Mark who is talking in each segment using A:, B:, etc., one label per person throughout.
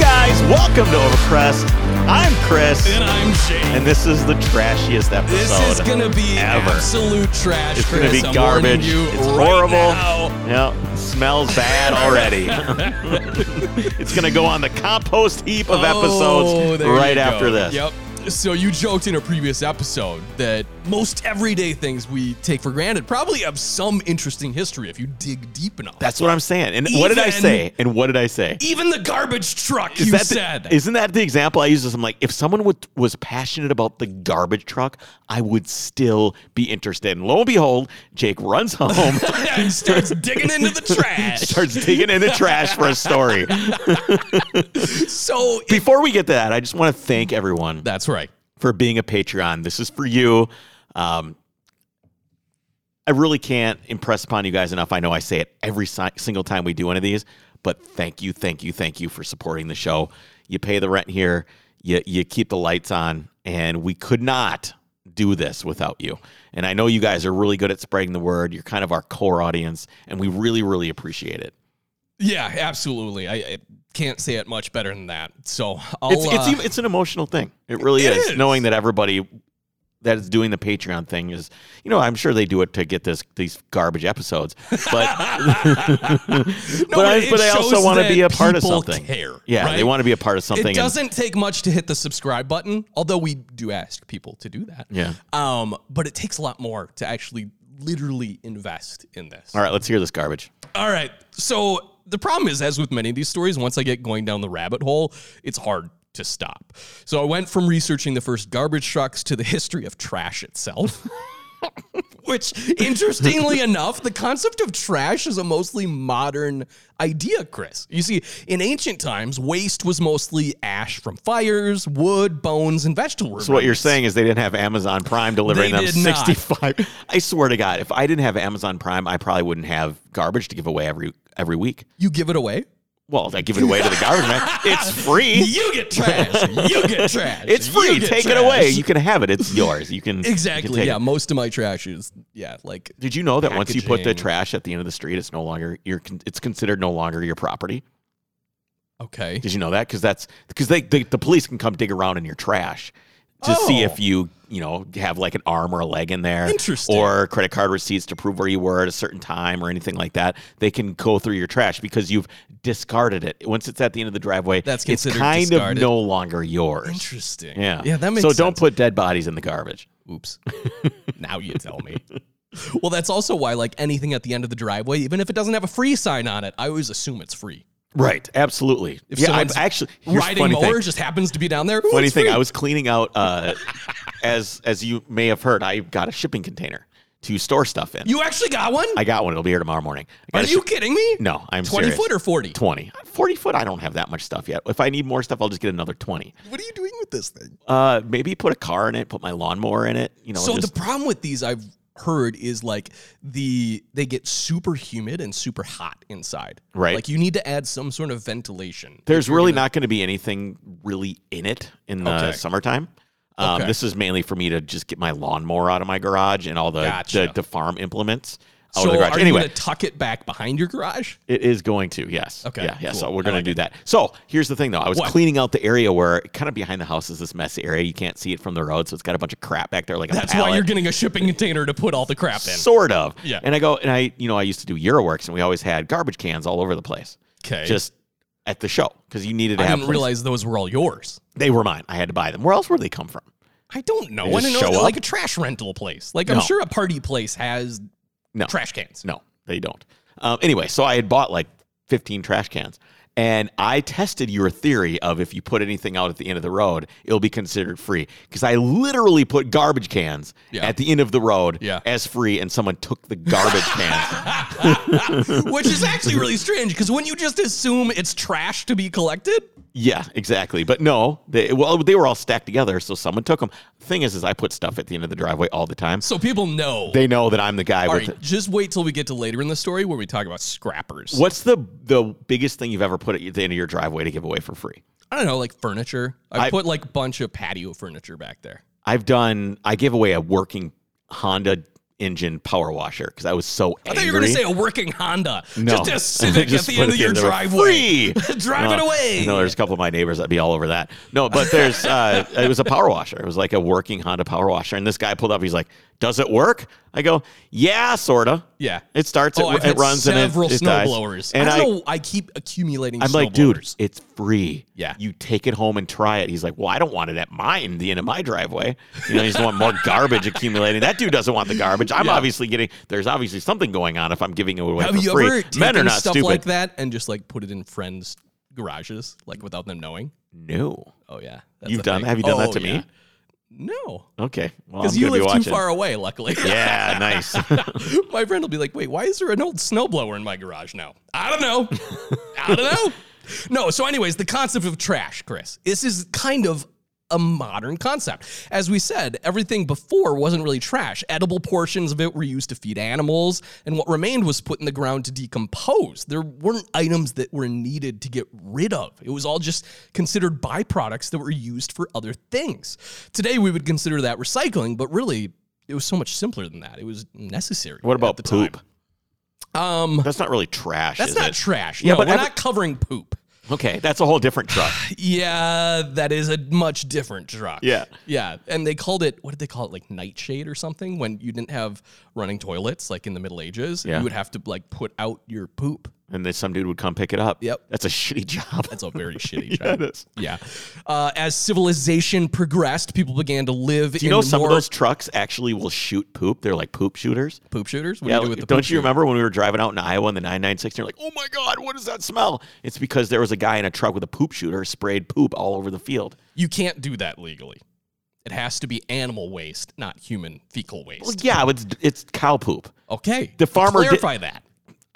A: Welcome to Overpressed. I'm Chris,
B: And I'm Shane.
A: and this is the trashiest episode.
B: this is gonna be
A: ever.
B: absolute trash.
A: It's
B: Chris.
A: gonna be
B: I'm warning
A: garbage.
B: You
A: It's
B: right
A: horrible.
B: now.
A: Yep, smells bad already. it's gonna go on the compost heap of
B: Oh,
A: episodes
B: there
A: right
B: you go.
A: after this.
B: Yep. So you joked in a previous episode that most everyday things we take for granted probably have some interesting history if you dig deep enough.
A: That's what I'm saying. And what did I
B: Even-
A: say? And what did I say?
B: even the garbage truck
A: Is
B: you
A: that the-
B: said.
A: isn't that the example I use? Is I'm like, if someone would, was passionate about the garbage truck, I would still be interested. And lo and behold, Jake runs home,
B: and starts digging into the trash.
A: starts digging in the trash for a story.
B: so it-
A: Before we get to that, I just want to thank everyone
B: that's right.
A: for being a Patreon. This is for you. Um, I really can't impress upon you guys enough. I know I say it every si- single time we do one of these, but thank you, thank you, thank you for supporting the show. You pay the rent here, you, you keep the lights on, and we could not do this without you. And I know you guys are really good at spreading the word. You're kind of our core audience, and we really, really appreciate it.
B: Yeah, absolutely. I, I can't say it much better than that. So I'll,
A: It's, it's,
B: uh,
A: even- it's an emotional thing. It really
B: It
A: is
B: is.
A: Knowing that everybody that is doing the Patreon thing is, you know, I'm sure they do it to get this these garbage episodes, but
B: No,
A: but I-
B: it
A: but I also
B: shows
A: wanna
B: that
A: be a part of
B: people
A: something.
B: Care,
A: yeah,
B: right?
A: they want to be a part of something.
B: It
A: and-
B: doesn't take much to hit the subscribe button, although we do ask people to do that.
A: Yeah.
B: Um, but it takes a lot more to actually literally invest in this.
A: all right, let's hear this garbage.
B: All right. So the problem is, as with many of these stories, once I get going down the rabbit hole, it's hard to stop. So I went from researching the first garbage trucks to the history of trash itself. Which, interestingly enough, the concept of trash is a mostly modern idea, Chris. You see, in ancient times, waste was mostly ash from fires, wood, bones, and vegetable.
A: So what you're
B: remnants.
A: saying is they didn't have Amazon Prime delivering
B: They
A: them
B: did not.
A: 65. I swear to God, if I didn't have Amazon Prime, I probably wouldn't have garbage to give away every every week.
B: You give it away,
A: Well, I give it away to the garbage man. It's free.
B: you get trash. you get trash.
A: It's
B: You
A: free.
B: get
A: Take it
B: trash.
A: away. You can have it. It's yours. You can you can
B: Exactly.
A: take it.
B: Yeah, most of my trash is yeah, like
A: Did you know that once you put the
B: Packaging.
A: trash at the end of the street, it's no longer your con- it's considered no longer your property?
B: okay.
A: Did you know that? Because that's because they, they the police can come dig around in your trash to see
B: Oh.
A: if you you know have like an arm or a leg in there,
B: Interesting.
A: or credit card receipts to prove where you were at a certain time or anything like that. They can go through your trash because you've discarded it. Once it's at the end of the driveway,
B: That's
A: it's
B: considered
A: kind
B: discarded.
A: of no longer yours.
B: Interesting.
A: Yeah,
B: Yeah, that makes
A: so.
B: sense.
A: Don't put dead bodies in the garbage.
B: Oops. now you tell me. Well, that's also why like anything at the end of the driveway, even if it doesn't have a free sign on it, I always assume it's free.
A: Right, absolutely.
B: If
A: yeah, I
B: someone's
A: actually here's
B: Riding
A: funny thing.
B: mower just happens to be down there. Ooh,
A: funny
B: it's
A: thing
B: free.
A: i was cleaning out uh, as as you may have heard i got a shipping container to store stuff in
B: you actually got one?
A: i got one it'll be here tomorrow morning I
B: Are
A: got a
B: you
A: shi-
B: kidding me?
A: no i'm
B: 20
A: serious.
B: foot or 40?
A: 20 40 foot i don't have that much stuff yet if i need more stuff i'll just get another 20
B: What are you doing with this thing?
A: uh maybe put a car in it put my lawnmower in it you know
B: So
A: just,
B: the problem with these I've heard is like the they get super humid and super hot inside.
A: Right.
B: Like you need to add some sort of ventilation.
A: there's really not going to be anything really in it in the
B: Okay.
A: summertime um,
B: Okay.
A: This is mainly for me to just get my lawnmower out of my garage and all the
B: Gotcha.
A: the, the farm implements out
B: So
A: of Oh, the garage.
B: are
A: anyway,
B: you gonna tuck it back behind your garage?
A: It is going to, yes.
B: Okay,
A: Yeah, yeah. So
B: cool.
A: we're
B: I
A: going
B: like
A: to do that. So here's the thing, though. I was
B: What?
A: cleaning out the area where, kind of behind the house, is this messy area. You can't see it from the road, so it's got a bunch of crap back there, like a
B: That's
A: pallet.
B: why you're getting a shipping container to put all the crap in.
A: sort of.
B: Yeah.
A: And I go and I, you know, I used to do Euroworks, and we always had garbage cans all over the place,
B: Okay.
A: just at the show because you needed to
B: I
A: have.
B: didn't
A: place-
B: realize those were all yours.
A: they were mine. I had to buy them. Where else would they come from?
B: I don't know.
A: They
B: I
A: just
B: don't know.
A: show
B: They're
A: up?
B: Like a trash rental place. Like
A: No.
B: I'm sure a party place has
A: No.
B: trash cans.
A: No, they don't. Um, anyway, so I had bought like 15 trash cans. And I tested your theory of if you put anything out at the end of the road, it'll be considered free. Because I literally put garbage cans
B: Yeah.
A: at the end of the road
B: Yeah.
A: as free, and someone took the garbage cans.
B: Which is actually really strange because when you just assume it's trash to be collected,
A: Yeah, exactly. But no, they, well, they were all stacked together, so someone took them. Thing is, is I put stuff at the end of the driveway all the time.
B: so people know.
A: They know that I'm the guy
B: all
A: with.
B: right,
A: the-
B: just wait till we get to later in the story where we talk about scrappers.
A: What's the the biggest thing you've ever put at the end of your driveway to give away for free?
B: I don't know, like furniture. I,
A: I-
B: put like a bunch of patio furniture back there.
A: I've done. I give away a working Honda engine power washer because I was so
B: I
A: angry.
B: thought you were going to say a working Honda.
A: No.
B: Just a Civic
A: Just
B: at the
A: put
B: end
A: it
B: of your
A: the road.
B: driveway.
A: Free!
B: Drive it
A: No,
B: away.
A: No, there's a couple of my neighbors that'd be all over that. No, but there's uh, it was a power washer. It was like a working Honda power washer, and this guy pulled up. He's like, "Does it work?" I go, "Yeah, sorta."
B: Yeah.
A: It starts.
B: Oh,
A: it,
B: I've had
A: it runs
B: several
A: and it, it
B: snow
A: dies.
B: blowers.
A: And
B: I
A: I,
B: don't know. I keep accumulating.
A: I'm
B: snow
A: like, dude,
B: blowers.
A: it's free.
B: Yeah.
A: You take it home and try it. He's like, well, I don't want it at mine, the end of my driveway. You know, you just want more garbage accumulating. That dude doesn't want the garbage. I'm
B: Yeah.
A: obviously getting, there's obviously something going on if I'm giving it away
B: Have
A: for
B: you
A: free.
B: ever
A: Men are
B: taken
A: not
B: stuff
A: stupid.
B: like that and just like put it in friends' garages, like without them knowing?
A: No.
B: Oh yeah,
A: You've done- have you done that to me?
B: me? Oh, No,
A: Okay. Well, I'm
B: because you
A: gonna be
B: live too
A: watching.
B: far away. Luckily,
A: Yeah, nice.
B: my friend will be like, "Wait, why is there an old snowblower in my garage now?" I don't know. I don't know. No. So, anyways, the concept of trash, Chris. This is kind of a modern concept. As we said, everything before wasn't really trash. Edible portions of it were used to feed animals, and what remained was put in the ground to decompose. There weren't items that were needed to get rid of. It was all just considered byproducts that were used for other things. Today, we would consider that recycling, but really, it was so much simpler than that. It was necessary.
A: What about
B: at the
A: poop?
B: time. Um,
A: That's not really trash.
B: that's
A: is
B: not
A: it?
B: trash.
A: Yeah,
B: no,
A: but
B: we're
A: every-
B: not covering poop.
A: okay. That's a whole different truck.
B: Yeah, that is a much different truck.
A: Yeah.
B: Yeah. And they called it, what did they call it? Like nightshade or something when you didn't have running toilets like in the Middle Ages.
A: Yeah.
B: You would have to like put out your poop.
A: and then some dude would come pick it up.
B: Yep.
A: That's a shitty job.
B: That's a very shitty
A: Yeah,
B: job.
A: it is.
B: Yeah. Uh, as civilization progressed, people began to live
A: Do you
B: in
A: know
B: the
A: some
B: more
A: of those trucks actually will shoot poop? They're like poop shooters.
B: poop shooters. What do
A: Yeah,
B: you do with the
A: not
B: poop
A: you
B: shooter?
A: remember when we were driving out in Iowa in the 996 and you're like, oh my God, what is that smell? It's because there was a guy in a truck with a poop shooter sprayed poop all over the field.
B: You can't do that legally. It has to be animal waste, not human fecal
A: Well,
B: waste.
A: yeah, it's, it's cow poop.
B: Okay.
A: The farmer did-
B: clarify that.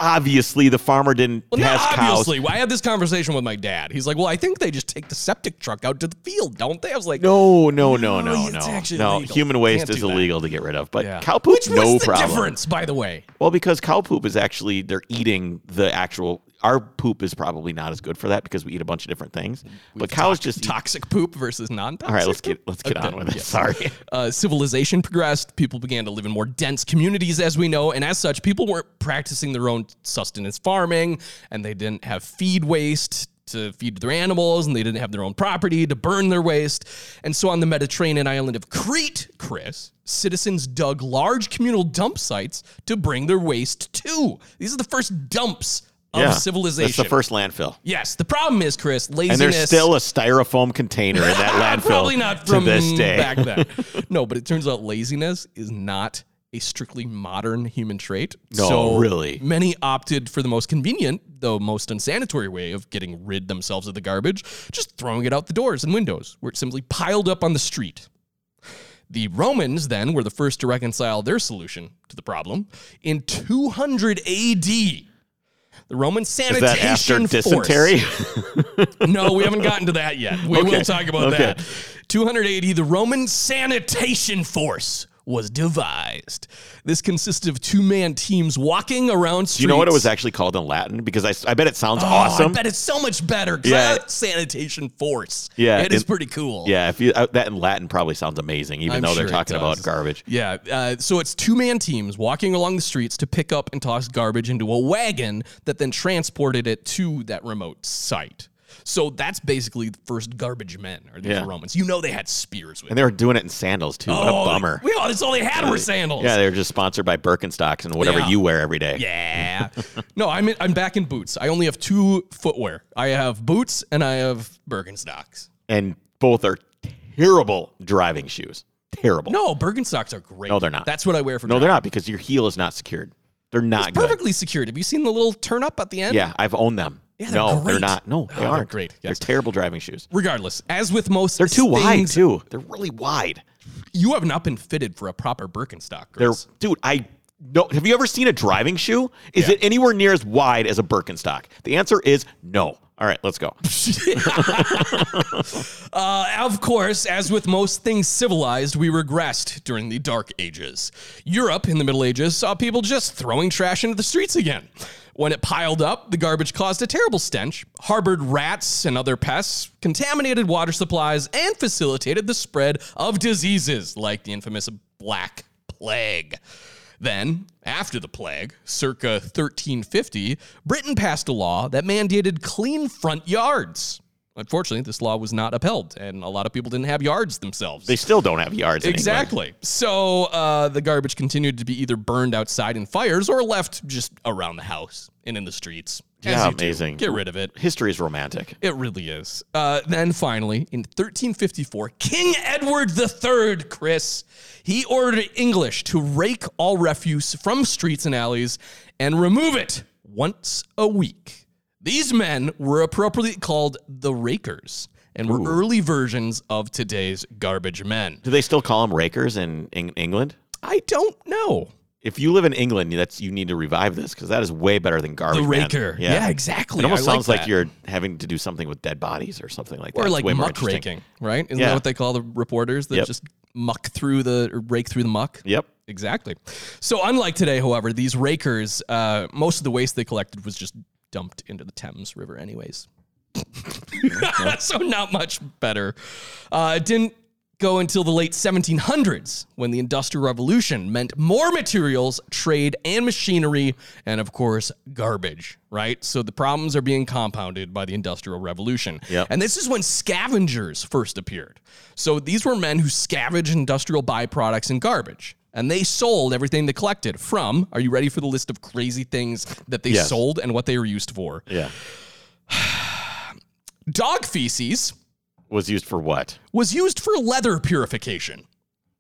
A: Obviously, the farmer didn't
B: Well,
A: has
B: not
A: cows.
B: obviously. I had this conversation with my dad. He's like, "Well, I think they just take the septic truck out to the field, don't they?" I was like,
A: No, no, no,
B: No,
A: no,
B: it's
A: no.
B: actually
A: No,
B: illegal.
A: human waste
B: Can't
A: is
B: do that.
A: illegal to get rid of, but
B: Yeah.
A: cow poop,
B: Which
A: no
B: what's
A: problem.
B: the difference, by the way?
A: Well, because cow poop is actually they're eating the actual. Our poop is probably not as good for that because we eat a bunch of different things. but cows just eat.
B: Toxic poop versus non-toxic.
A: All right, let's get let's get on with it. Sorry.
B: Uh, civilization progressed. People began to live in more dense communities, as we know, and as such, people weren't practicing their own sustenance farming, and they didn't have feed waste to feed their animals, and they didn't have their own property to burn their waste. And so, on the Mediterranean island of Crete, Chris, citizens dug large communal dump sites to bring their waste to. These are the first dumps of
A: yeah,
B: civilization.
A: That's the first landfill,
B: Yes, the problem is, Chris,
A: and
B: laziness.
A: there's still a styrofoam container in that landfill.
B: Probably not from
A: to this day.
B: back then. no, but it turns out laziness is not a strictly modern human trait.
A: No, really.
B: Many opted for the most convenient, though most unsanitary way of getting rid themselves of the garbage, just throwing it out the doors and windows, where it simply piled up on the street. The Romans then were the first to reconcile their solution to the problem. In 200 AD, the Roman
A: Is
B: sanitation
A: that after
B: force-
A: dysentery?
B: no, we haven't gotten to that yet. We
A: Okay.
B: will talk about
A: Okay.
B: that. 280, the Roman sanitation force was devised. This consisted of two man teams walking around streets.
A: Do you know what it was actually called in Latin? Because I, s- I bet it sounds
B: Oh,
A: awesome.
B: I bet it's so much better. 'cause I
A: Yeah.
B: like sanitation force.
A: Yeah,
B: It is
A: it-
B: pretty cool.
A: yeah, if you uh, that in Latin probably sounds amazing, even
B: I'm
A: though
B: sure
A: they're
B: it
A: talking about
B: does.
A: garbage.
B: Yeah. Uh, so it's two man teams walking along the streets to pick up and toss garbage into a wagon that then transported it to that remote site. So that's basically the first garbage men are these
A: Yeah.
B: Romans. You know they had spears with
A: And they were doing it in sandals too. what a bummer.
B: We all, that's all they had were Oh, sandals.
A: Yeah, they were just sponsored by Birkenstocks and whatever
B: Yeah.
A: you wear every day.
B: Yeah. no, I'm in, I'm back in boots. I only have two footwear. I have boots and I have Birkenstocks.
A: and both are terrible driving shoes. Terrible. No,
B: No, Birkenstocks are great.
A: No, they're not.
B: That's what I wear for.
A: they're not because your heel is not secured. They're not good.
B: perfectly secured. Have you seen the little turn up at the end?
A: Yeah, I've owned them.
B: Yeah, they're
A: no,
B: great.
A: they're not. No,
B: Oh,
A: they
B: they're
A: aren't.
B: great, yes.
A: They're terrible driving shoes.
B: Regardless, as with most,
A: They're too wide
B: things,
A: too. They're really wide.
B: You have not been fitted for a proper Birkenstock.
A: They're
B: Chris.
A: dude. I no. Have you ever seen a driving shoe? Is it anywhere near as wide as a Birkenstock? The answer is no. All right, let's go.
B: Uh, of course, as with most things civilized, we regressed during the Dark Ages. Europe in the Middle Ages saw people just throwing trash into the streets again. When it piled up, the garbage caused a terrible stench, harbored rats and other pests, contaminated water supplies, and facilitated the spread of diseases like the infamous Black Plague. Then, after the plague, circa 1350, Britain passed a law that mandated clean front yards. Unfortunately, this law was not upheld, and a lot of people didn't have yards themselves.
A: They still don't have yards. in England.
B: Exactly. So uh, the garbage continued to be either burned outside in fires or left just around the house and in the streets. As
A: Yeah,
B: you do.
A: amazing.
B: Get rid of it.
A: History is romantic.
B: It really is. Uh, then finally, in 1354, King Edward III, Chris, he ordered English to rake all refuse from streets and alleys and remove it once a week. These men were appropriately called the Rakers and were early versions of today's garbage men.
A: Do they still call them rakers in, in England?
B: I don't know.
A: If you live in England, that's you need to revive this because that is way better than garbage.
B: The
A: man.
B: raker. Yeah, exactly.
A: It almost
B: I
A: sounds like,
B: that.
A: you're having to do something with dead bodies or something like that.
B: or
A: It's
B: like
A: way more
B: muck
A: interesting.
B: raking, right? Isn't that
A: Yeah.
B: what they call the reporters that
A: Yep.
B: just muck through the or rake through the muck?
A: Yep.
B: Exactly. So unlike today, however, these rakers, uh, most of the waste they collected was just dumped into the Thames River, anyways. so not much better. Uh, it didn't go until the late 1700s when the Industrial Revolution meant more materials, trade, and machinery, and of course, garbage, right? So the problems are being compounded by the Industrial Revolution.
A: Yep.
B: And this is when scavengers first appeared. So these were men who scavenged industrial byproducts and garbage. And they sold everything they collected from. Are you ready for the list of crazy things that they
A: Yes.
B: sold and what they were used for?
A: Yeah.
B: Dog feces,
A: Was used for what?
B: was used for leather purification.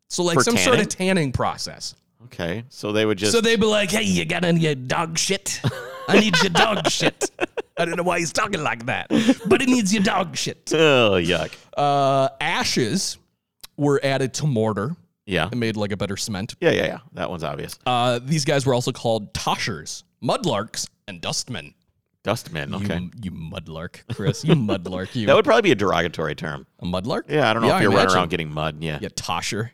B: So like
A: For
B: some sort of
A: tanning?
B: tanning process.
A: Okay. So they would just.
B: So they'd be like, "Hey, you got any uh, dog shit? I need your dog shit." I don't know why he's talking like that, but it needs your dog shit.
A: oh, yuck.
B: Uh, ashes were added to mortar
A: Yeah.
B: and made like a better cement.
A: Yeah, yeah, yeah. That one's obvious.
B: Uh, these guys were also called toshers, mudlarks, and dustmen.
A: Dustman.
B: You-
A: Okay.
B: You, mudlark, Chris. You mudlark. You
A: That would probably be a derogatory term.
B: a mudlark?
A: Yeah, I don't know if you're running
B: imagine.
A: around getting mud. Yeah.
B: Yeah, tosher.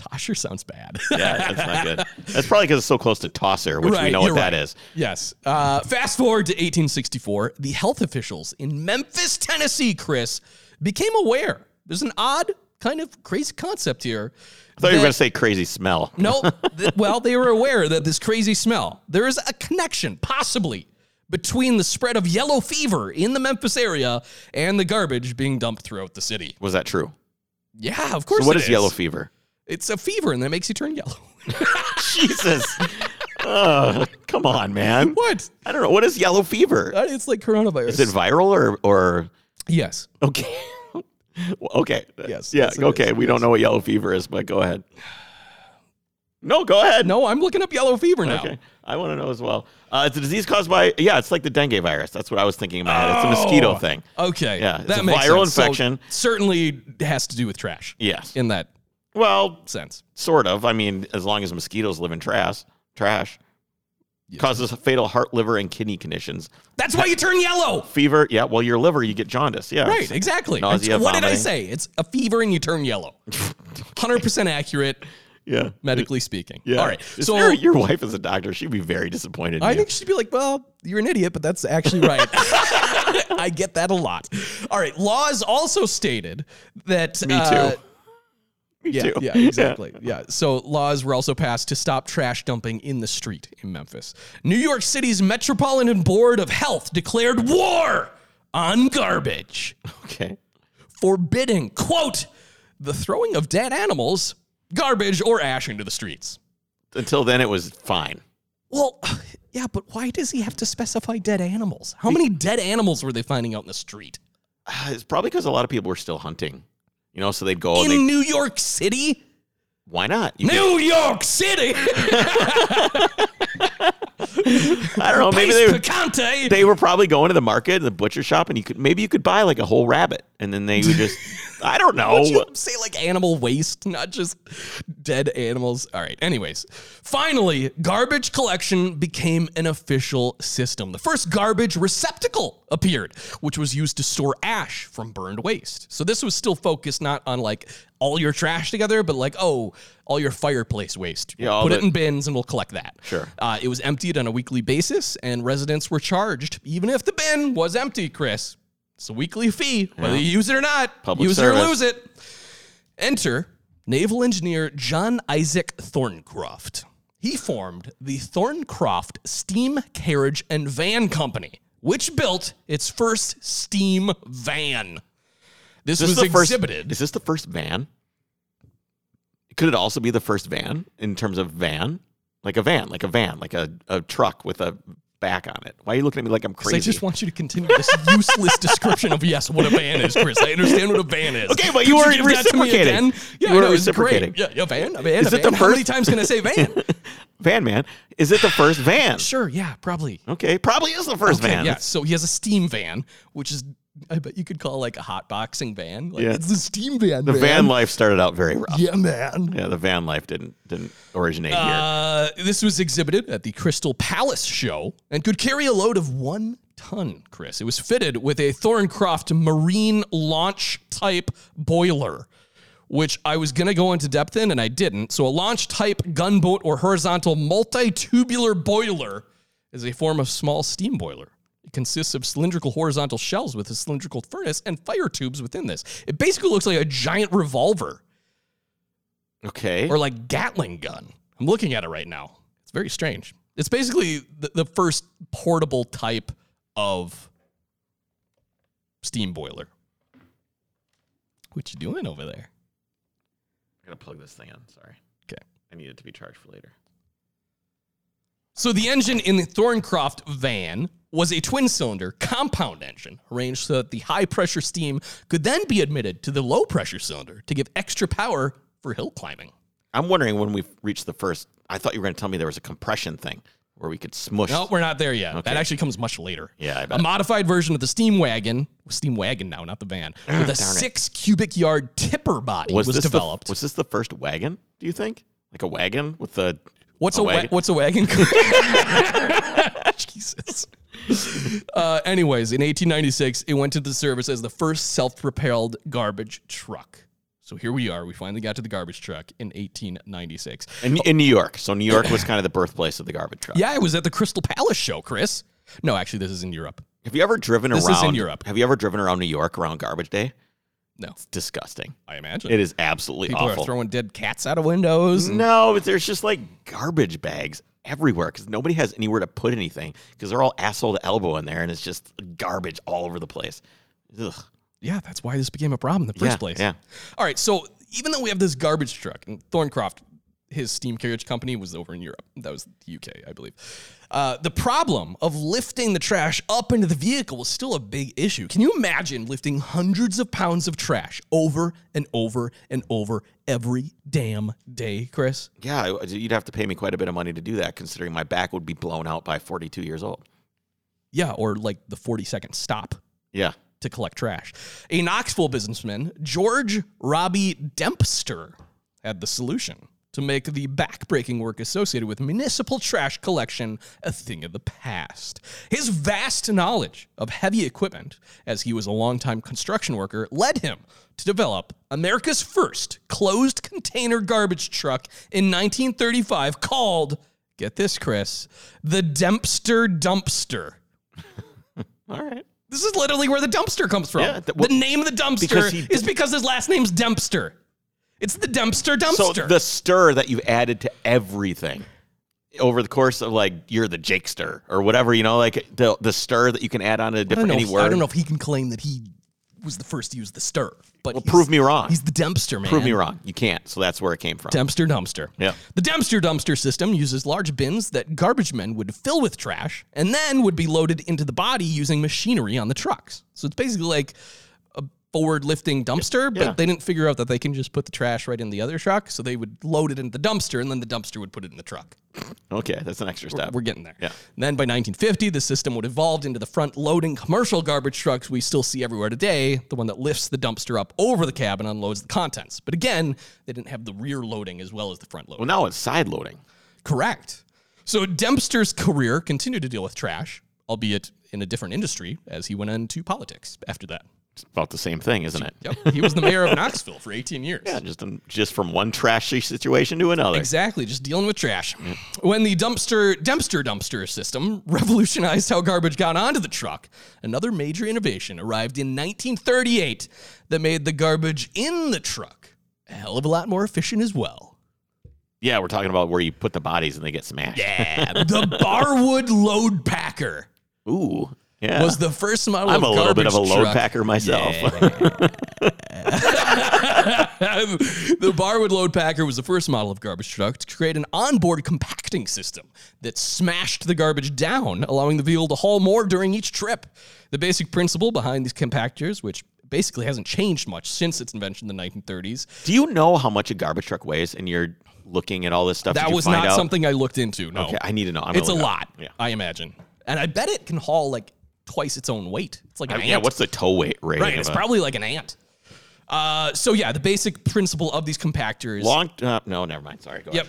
B: Tosher sounds bad.
A: Yeah, that's not good. That's probably because it's so close to Tosser, which we
B: Right,
A: know what
B: you're
A: that
B: right.
A: is.
B: Yes. Uh, fast forward to 1864, the health officials in Memphis, Tennessee, Chris, became aware. There's an odd kind of crazy concept here.
A: I thought you were going to say crazy smell.
B: no, th- well, they were aware that this crazy smell. There is a connection, possibly, between the spread of yellow fever in the Memphis area and the garbage being dumped throughout the city.
A: Was that true?
B: Yeah, of course.
A: What
B: it
A: is yellow fever?
B: It's a fever, and that makes you turn yellow.
A: Jesus. Ugh, come on, man.
B: what?
A: I don't know. What is yellow fever?
B: Uh, It's like coronavirus.
A: Is it viral or or
B: yes.
A: okay? Well, okay.
B: Yes,
A: Yeah.
B: yes, it
A: okay.
B: is,
A: We don't know what yellow fever is, but go ahead. No, go ahead.
B: No, I'm looking up yellow fever now.
A: Okay. I want to know as well. Uh, it's a disease caused by yeah. It's like the dengue virus. That's what I was thinking in my head. It's
B: Oh.
A: a mosquito thing.
B: Okay.
A: Yeah, it's
B: that
A: a
B: makes
A: viral
B: sense. So
A: infection.
B: certainly has to do with trash
A: Yes.
B: in that
A: Well,
B: sense.
A: sort of. I mean, as long as mosquitoes live in trash, trash causes fatal heart, liver, and kidney conditions.
B: That's why you turn yellow.
A: Fever. Yeah. Well, your liver, you get jaundice. Yeah.
B: Right, exactly.
A: Nausea,
B: It's- what did I
A: vomiting.
B: say? It's a fever and you turn yellow. 100% accurate,
A: Yeah.
B: medically speaking.
A: Yeah.
B: All right.
A: If
B: So
A: your, your wife is a doctor. She'd be very disappointed. in
B: I
A: you.
B: think she'd be like, well, you're an idiot, but that's actually right. I get that a lot. All right. Laws also stated that.
A: Me too.
B: uh,
A: Me
B: yeah,
A: too.
B: Yeah, exactly. Yeah. So laws were also passed to stop trash dumping in the street in Memphis. New York City's Metropolitan Board of Health declared war on garbage,
A: Okay.
B: forbidding, quote, the throwing of dead animals, garbage, or ash into the streets.
A: Until then, it was fine.
B: Well, yeah, but why does he have to specify dead animals? How many dead animals were they finding out in the street?
A: Uh, It's probably because a lot of people were still hunting. You know, so they'd go. and
B: In
A: they,
B: New York City?
A: why not? You
B: New York City!
A: could- I don't know. Maybe
B: Pace
A: they were-
B: picante!
A: they were probably going to the market, the butcher shop, and you could maybe you could buy like a whole rabbit, and then they would just. I don't know.
B: Would you say like animal waste, not just dead animals? All right. Anyways, finally, garbage collection became an official system. The first garbage receptacle appeared, which was used to store ash from burned waste. So this was still focused not on like all your trash together, but like, oh, all your fireplace waste.
A: Yeah, all
B: Put it
A: the-
B: in bins and we'll collect that.
A: Sure.
B: Uh, it was emptied on a weekly basis, and residents were charged, even if the bin was empty, Chris. It's a weekly fee, whether you use it or not.
A: Public
B: use it or
A: service.
B: lose it. Enter naval engineer John Isaac Thorncroft. He formed the Thorncroft Steam Carriage and Van Company, which built its first steam van. This,
A: This
B: was
A: is the first.
B: exhibited.
A: Is this the first van? Could it also be the first van in terms of van, like a van, like a van, like a, a truck with a back on it? Why are you looking at me like I'm
B: 'Cause I
A: crazy?
B: just want you to continue this useless description of yes, what a van is, Chris. I understand what a van is.
A: Okay, but
B: Could
A: you weren't
B: give that to me
A: reciprocating.
B: again? Yeah,
A: You weren't
B: no, it's
A: reciprocating.
B: Great. Yeah, a van, a van,
A: Is
B: a
A: it the
B: van. How many
A: first-
B: times can I say van?
A: van man, is it the first van?
B: sure, yeah, probably.
A: Okay, probably is the first
B: Okay,
A: van.
B: Yeah, so he has a steam van, which is I bet you could call like a hot boxing van. Like
A: Yeah.
B: it's the steam van.
A: The van life started out very rough.
B: Yeah, man.
A: Yeah, the van life didn't didn't originate here.
B: Uh, this was exhibited at the Crystal Palace show and could carry a load of one ton, Chris. It was fitted with a Thorncroft marine launch type boiler, which I was going to go into depth in and I didn't. So, a launch type gunboat or horizontal multi tubular boiler is a form of small steam boiler. It consists of cylindrical horizontal shells with a cylindrical furnace and fire tubes within this. It basically looks like a giant revolver
A: Okay.
B: or like Gatling gun. I'm looking at it right now. It's very strange. It's basically the, the first portable type of steam boiler. What you doing over there?
A: I'm gonna plug this thing in. Sorry,
B: Okay.
A: I need it to be charged for later.
B: So the engine in the Thorncroft van was a twin-cylinder compound engine arranged so that the high-pressure steam could then be admitted to the low-pressure cylinder to give extra power for hill climbing.
A: I'm wondering when we reached the first. I thought you were gonna tell me there was a compression thing where we could smush.
B: No, Oh, we're not there yet. That actually comes much later.
A: Yeah, I
B: a
A: bet.
B: modified version of the steam wagon, steam wagon now, not the van, with a six cubic yard tipper body was,
A: this
B: developed.
A: The, was this the first wagon? Do you think like a wagon with the?
B: what's
A: a
B: a, wa-
A: wagon?
B: what's a wagon? Jesus. Uh, anyways, in 1896, it went to the service as the first self-propelled garbage truck. So here we are. We finally got to the garbage truck in 1896.
A: In, in New York, so New York was kind of the birthplace of the garbage truck.
B: Oh. Yeah, it was at the Crystal Palace show, Chris. No, actually, this is in Europe.
A: Have you ever driven
B: This is in
A: around?
B: Europe.
A: Have you ever driven around New York around Garbage Day?
B: No,
A: It's disgusting.
B: I imagine.
A: It is absolutely
B: People
A: awful.
B: are throwing dead cats out of windows. and-
A: No, but there's just like garbage bags everywhere because nobody has anywhere to put anything because they're all asshole to elbow in there and it's just garbage all over the place. Ugh.
B: Yeah, that's why this became a problem in the first
A: Yeah,
B: place.
A: yeah.
B: All right, so even though we have this garbage truck, and Thorncroft, his steam carriage company was over in Europe. That was the UK, I believe. Uh, the problem of lifting the trash up into the vehicle was still a big issue. Can you imagine lifting hundreds of pounds of trash over and over and over every damn day, Chris?
A: Yeah, I- you'd have to pay me quite a bit of money to do that considering my back would be blown out by 42 years old.
B: Yeah, or like the 40 second stop
A: Yeah.
B: to collect trash. A Knoxville businessman, George Robbie Dempster, had the solution to make the backbreaking work associated with municipal trash collection a thing of the past. His vast knowledge of heavy equipment, as he was a longtime construction worker, led him to develop America's first closed container garbage truck in 1935 called, get this, Chris, the Dempster Dumpster.
A: All right.
B: This is literally where the dumpster comes from.
A: Yeah, th- well,
B: the name of the dumpster
A: because he-
B: is because his last name's Dempster. It's the Dempster
A: So
B: dumpster.
A: the stir that you've added to everything over the course of like you're the Jake stir or whatever, you know, like the the stir that you can add on to
B: I, don't
A: different
B: know
A: any
B: if,
A: word.
B: I don't know if he can claim that he was the first to use the stir, but
A: Well,
B: he's-
A: prove me wrong.
B: He's the Dempster man.
A: Prove me wrong. You can't. So that's where it came from.
B: Dempster dumpster.
A: Yeah.
B: The Dempster dumpster system uses large bins that garbage men would fill with trash and then would be loaded into the body using machinery on the trucks. So it's basically like a forward lifting dumpster,
A: Yeah.
B: but they didn't figure out that they can just put the trash right in the other truck. So they would load it into the dumpster and then the dumpster would put it in the truck.
A: Okay, that's an extra step.
B: We're getting there.
A: Yeah.
B: Then by 1950, the system would evolve into the front loading commercial garbage trucks we still see everywhere today, the one that lifts the dumpster up over the cab and unloads the contents. But again, they didn't have the rear loading as well as the front loading.
A: Well, now it's side loading.
B: Correct. So Dempster's career continued to deal with trash, albeit in a different industry, as he went into politics after that.
A: It's about the same thing, isn't it?
B: Yep. He was the mayor of Knoxville for 18 years.
A: Yeah, just um, just from one trashy situation to another.
B: Exactly, just dealing with trash. When the dumpster dumpster dumpster system revolutionized how garbage got onto the truck, another major innovation arrived in 1938 that made the garbage in the truck a hell of a lot more efficient as well.
A: Yeah, we're talking about where you put the bodies and they get smashed.
B: Yeah, the Barwood Load Packer
A: Ooh. Yeah.
B: was the first model.
A: I'm a
B: of
A: little bit of a
B: garbage
A: load
B: truck.
A: packer myself.
B: the Barwood Load Packer was the first model of garbage truck to create an onboard compacting system that smashed the garbage down, allowing the vehicle to haul more during each trip. The basic principle behind these compactors, which basically hasn't changed much since its invention in the 1930s,
A: Do you know how much a garbage truck weighs? And you're looking at all this stuff.
B: that
A: Did you
B: was
A: find
B: not
A: out?
B: something I looked into. No,
A: Okay, I need to know. I'm gonna
B: it's a
A: look it up.
B: lot,
A: Yeah.
B: I imagine, and I bet it can haul like twice its own weight. It's like an
A: yeah.
B: ant.
A: What's the tow weight rating?
B: right?
A: of
B: It's
A: a-
B: probably like an ant. Uh, so yeah, the basic principle of these compactors
A: long. Uh, no, never mind. Sorry. Go
B: Yep.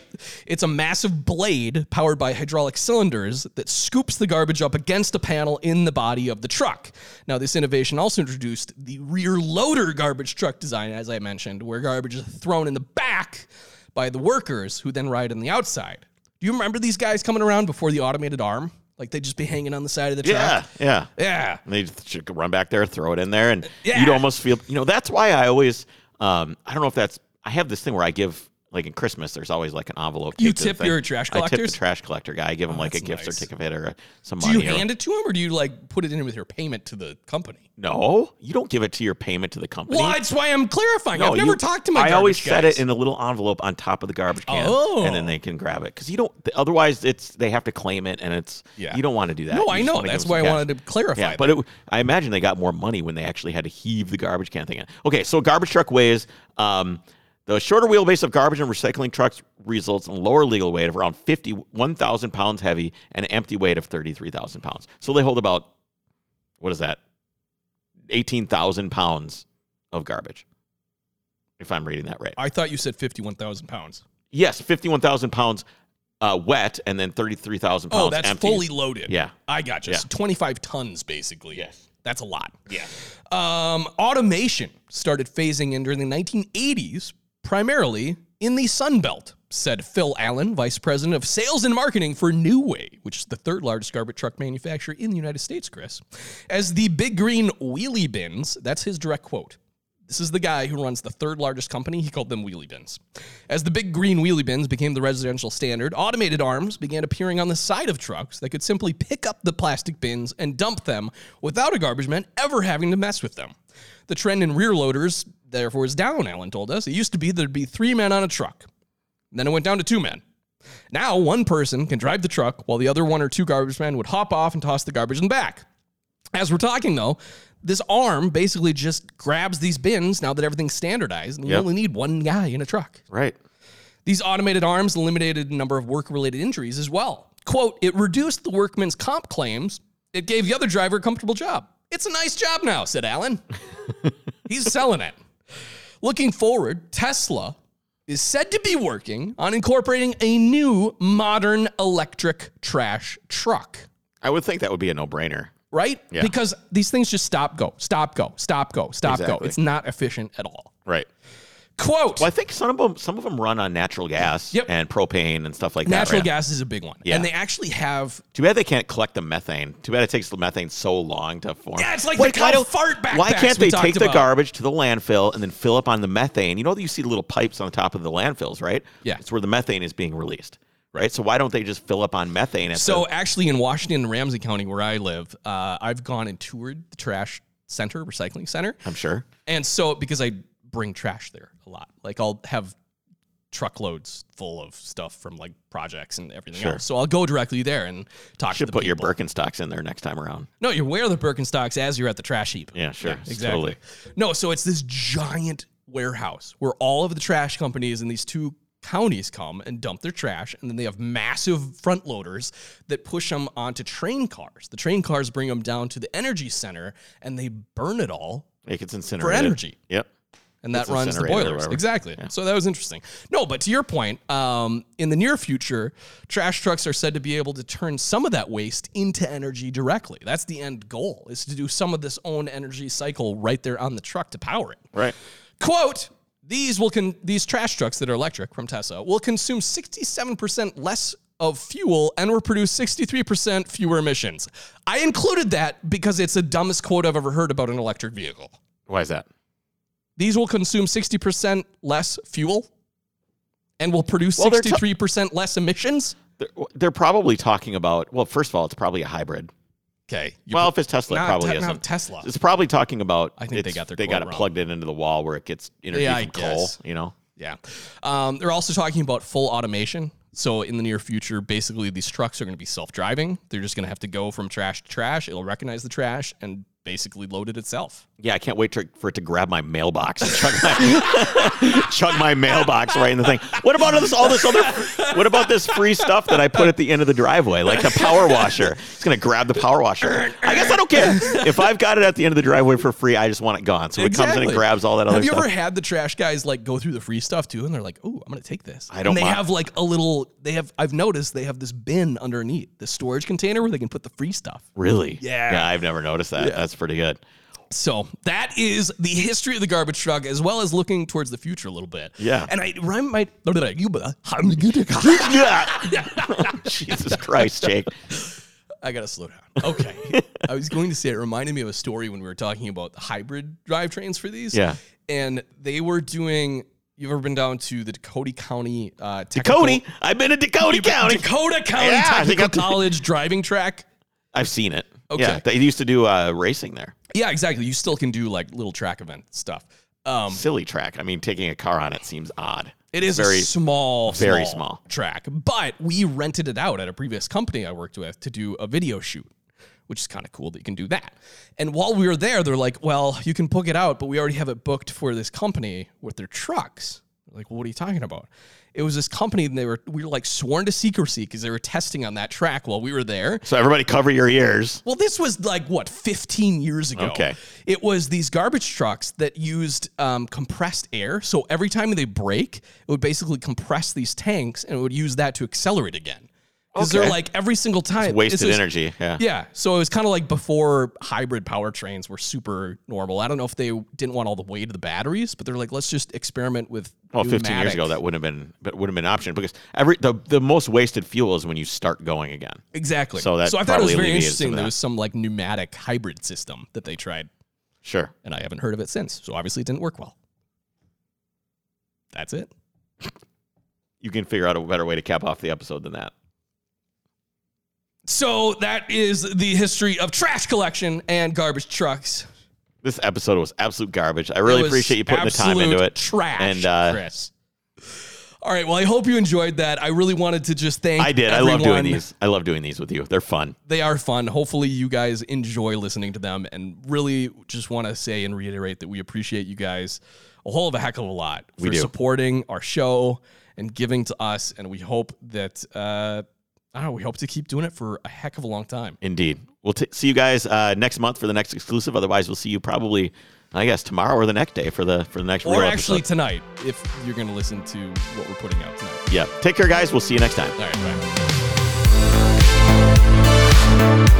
B: It's a massive blade powered by hydraulic cylinders that scoops the garbage up against a panel in the body of the truck. Now, this innovation also introduced the rear loader garbage truck design, as I mentioned, where garbage is thrown in the back by the workers who then ride on the outside. Do you remember these guys coming around before the automated arm? Like they'd just be hanging on the side of the
A: Yeah.
B: truck?
A: Yeah.
B: Yeah.
A: And they just should run back there, throw it in there, and
B: Yeah.
A: you'd almost feel. You know, that's why I always. Um, I don't know if that's. I have this thing where I give. Like in Christmas, there's always like an envelope.
B: You
A: taped to the
B: tip
A: thing.
B: your trash
A: I tip the
B: collectors? Oh,
A: trash collector guy. I give him like a
B: that's
A: gift
B: nice.
A: certificate or some
B: Do you
A: money. or-
B: hand it to them or do you like put it in with your payment to the company?
A: no, you don't give it to your payment to the company.
B: Well, that's why I'm clarifying.
A: No,
B: I've never
A: you-
B: talked to my
A: I always
B: garbage
A: set
B: guys.
A: it in a little envelope on top of the garbage can,
B: Oh.
A: and then they can grab it because you don't. th- Otherwise, it's they have to claim it, and it's
B: Yeah.
A: you don't want to do that.
B: No,
A: You
B: I
A: just
B: know.
A: wanna give
B: That's
A: them
B: why
A: some
B: I
A: cash.
B: wanted to clarify.
A: Yeah,
B: that.
A: but it, I imagine they got more money when they actually had to heave the garbage can thing in. Okay, so garbage truck weighs um, the shorter wheelbase of garbage and recycling trucks results in lower legal weight of around fifty one thousand pounds heavy and an empty weight of thirty three thousand pounds. So they hold about what is that eighteen thousand pounds of garbage. If I'm reading that right,
B: I thought you said fifty-one thousand pounds.
A: yes, fifty-one thousand pounds uh, wet, and then thirty-three thousand pounds.
B: Oh, that's
A: empty.
B: fully loaded.
A: Yeah.
B: I got you.
A: Yeah.
B: So twenty-five tons, basically.
A: Yes.
B: that's a lot.
A: Yeah.
B: Um, automation started phasing in during the nineteen eighties, primarily in the Sun Belt. Said Phil Allen, vice president of sales and marketing for New Way, which is the third largest garbage truck manufacturer in the United States, Chris. As the big green wheelie bins, that's his direct quote. This is the guy who runs the third largest company. He called them wheelie bins. As the big green wheelie bins became the residential standard, automated arms began appearing on the side of trucks that could simply pick up the plastic bins and dump them without a garbage man ever having to mess with them. The trend in rear loaders, therefore, is down, Allen told us. It used to be there'd be three men on a truck. Then it went down to two men. Now, one person can drive the truck while the other one or two garbage men would hop off and toss the garbage in the back. As we're talking though, this arm basically just grabs these bins now that everything's standardized and you
A: Yep.
B: only need one guy in a truck.
A: Right.
B: These automated arms eliminated a number of work related injuries as well. Quote, it reduced the workman's comp claims. It gave the other driver a comfortable job. It's a nice job now, said Alan. He's selling it. Looking forward, Tesla is said to be working on incorporating a new modern electric trash truck
A: I would think that would be a no-brainer.
B: right? Because these things just stop, go, stop, go, stop, go, stop, go.
A: Exactly.
B: It's not efficient at all.
A: Right.
B: Quote.
A: Well, I think some of them some of them run on natural gas
B: Yep.
A: and propane and stuff like that.
B: Natural
A: right?
B: gas is a big one.
A: Yeah.
B: And they actually have
A: Too bad they can't collect the methane. Too bad it takes the methane so long to form.
B: Yeah, it's like the
A: why
B: cow
A: don't-
B: fart backpacks
A: Why can't
B: we
A: they
B: talked
A: take the
B: about.
A: garbage to the landfill and then fill up on the methane? You know that you see the little pipes on the top of the landfills, right?
B: Yeah.
A: It's where the methane is being released. Right? So why don't they just fill up on methane at
B: so actually in Washington and Ramsey County where I live, uh, I've gone and toured the trash center, recycling center.
A: the, I'm sure.
B: And so because I bring trash there a lot, like I'll have truckloads full of stuff from like projects and everything else. So I'll go directly there and talk
A: Should
B: to the
A: put your
B: people.
A: Birkenstocks in there next time around.
B: No, you wear the Birkenstocks as you're at the trash heap.
A: Yeah, sure. Totally.
B: Exactly. No, so it's this giant warehouse where all of the trash companies in these two counties come and dump their trash, and then they have massive front loaders that push them onto train cars. The train cars bring them down to the energy center, and they burn it all,
A: Like it's
B: For
A: incinerated.
B: energy.
A: Yep.
B: and that
A: an
B: runs the
A: incinerator or
B: boilers.
A: whatever.
B: Exactly. So that was interesting. No, but to your point, um, in the near future, trash trucks are said to be able to turn some of that waste into energy directly. That's the end goal: is to do some of this own energy cycle right there on the truck to power it
A: Right.
B: quote these will con- these trash trucks that are electric from Tesla will consume 67% less of fuel and will produce 63% fewer emissions. I included that because it's the dumbest quote I've ever heard about an electric vehicle.
A: Why is that?
B: These will consume 60% less fuel and will produce
A: Well, they're t-
B: 63% less emissions?
A: They're, they're probably talking about. Well, first of all, it's probably a hybrid.
B: Okay. you
A: well,
B: pro-
A: if it's Tesla, it
B: not
A: probably
B: te- not
A: isn't.
B: Tesla.
A: It's probably talking about. I
B: think they got their
A: They
B: quote
A: got it
B: wrong.
A: plugged in into the wall where it gets energy
B: Yeah, I
A: from coal.
B: guess.
A: You know.
B: Yeah. Um, they're also talking about full automation. So in the near future, basically these trucks are going to be self-driving. They're just going to have to go from trash to trash. It'll recognize the trash and basically load it itself.
A: Yeah, I can't wait to, for it to grab my mailbox and chug my, chug my mailbox right in the thing. What about all this, all this other? What about this free stuff that I put at the end of the driveway, like the power washer? It's gonna grab the power washer. I guess I don't care if I've got it at the end of the driveway for free. I just want it gone, so it comes in and grabs all that other
B: Have you
A: stuff.
B: ever had the trash guys like go through the free stuff too, and they're like, "Oh, I'm going to take this."
A: I don't
B: And they
A: mind.
B: have like a little. They have. I've noticed they have this bin underneath the storage container where they can put the free stuff.
A: really?
B: Yeah.
A: Yeah, I've never noticed that. That's pretty good.
B: So that is the history of the garbage truck, as well as looking towards the future a little bit.
A: Yeah.
B: And I rhyme my. uh, I
A: Jesus Christ, Jake.
B: gotta slow down. Okay. I was going to say it reminded me of a story when we were talking about hybrid drivetrains for these.
A: Yeah.
B: And they were doing. You've ever been down to the Dakota County? Uh, technical-
A: Cody, I've been to Dakota County.
B: Dakota County
A: Yeah, they
B: Technical
A: got the-
B: College driving track.
A: I've seen it.
B: Okay.
A: Yeah, they used to do uh, racing there.
B: Yeah, exactly. You still can do like little track event stuff. Um,
A: silly track. I mean, taking a car on it seems odd.
B: It is
A: very
B: a small,
A: very small.
B: track, but we rented it out at a previous company I worked with to do a video shoot, which is kind of cool that you can do that. And while we were there, they're like, "Well, you can book it out, but we already have it booked for this company with their trucks." Like, well, what are you talking about? It was this company, and they were we were like sworn to secrecy because they were testing on that track while we were there.
A: So everybody cover your ears.
B: Well, this was like what 15 years ago.
A: Okay.
B: It was these garbage trucks that used um, compressed air. So every time they brake, it would basically compress these tanks and it would use that to accelerate again. Because
A: Okay.
B: they're like every single time. this
A: Wasted
B: is-
A: energy. Yeah.
B: Yeah. So it was kind of like before hybrid powertrains were super normal. I don't know if they didn't want all the weight of the batteries, but they're like, let's just experiment with.
A: Well, 15 years
B: pneumatic.
A: ago, that wouldn't have been, but would have been an option because every the, the most wasted fuel is when you start going again.
B: Exactly.
A: So that
B: so I thought it was
A: probably
B: very
A: alleviated
B: interesting.
A: some of
B: There
A: that.
B: was some like pneumatic hybrid system that they tried.
A: Sure.
B: and I haven't heard of it since. So obviously, it didn't work well. That's it.
A: You can figure out a better way to cap off the episode than that.
B: So that is the history of trash collection and garbage trucks.
A: This episode was absolute garbage. I
B: It
A: really
B: was
A: appreciate you putting the time into
B: absolute
A: it.
B: Trash,
A: And uh,
B: Chris. All right. Well, I hope you enjoyed that. I really wanted to just thank.
A: I did. I love doing
B: everyone.
A: these. I love doing these with you. They're fun.
B: They are fun. Hopefully, you guys enjoy listening to them, and really just want to say and reiterate that we appreciate you guys a whole of a heck of a lot for
A: do.
B: supporting our show and giving to us. And we hope that uh, I don't know. We hope to keep doing it for a heck of a long time.
A: Indeed. We'll t- see you guys uh, next month for the next exclusive. Otherwise, we'll see you probably, I guess, tomorrow or the next day for the for the next.
B: Or
A: real
B: actually
A: episode.
B: tonight, if you're going to listen to what we're putting out tonight.
A: yeah. Take care, guys. We'll see you next time.
B: All right,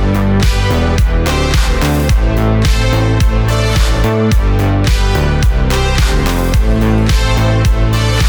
B: bye.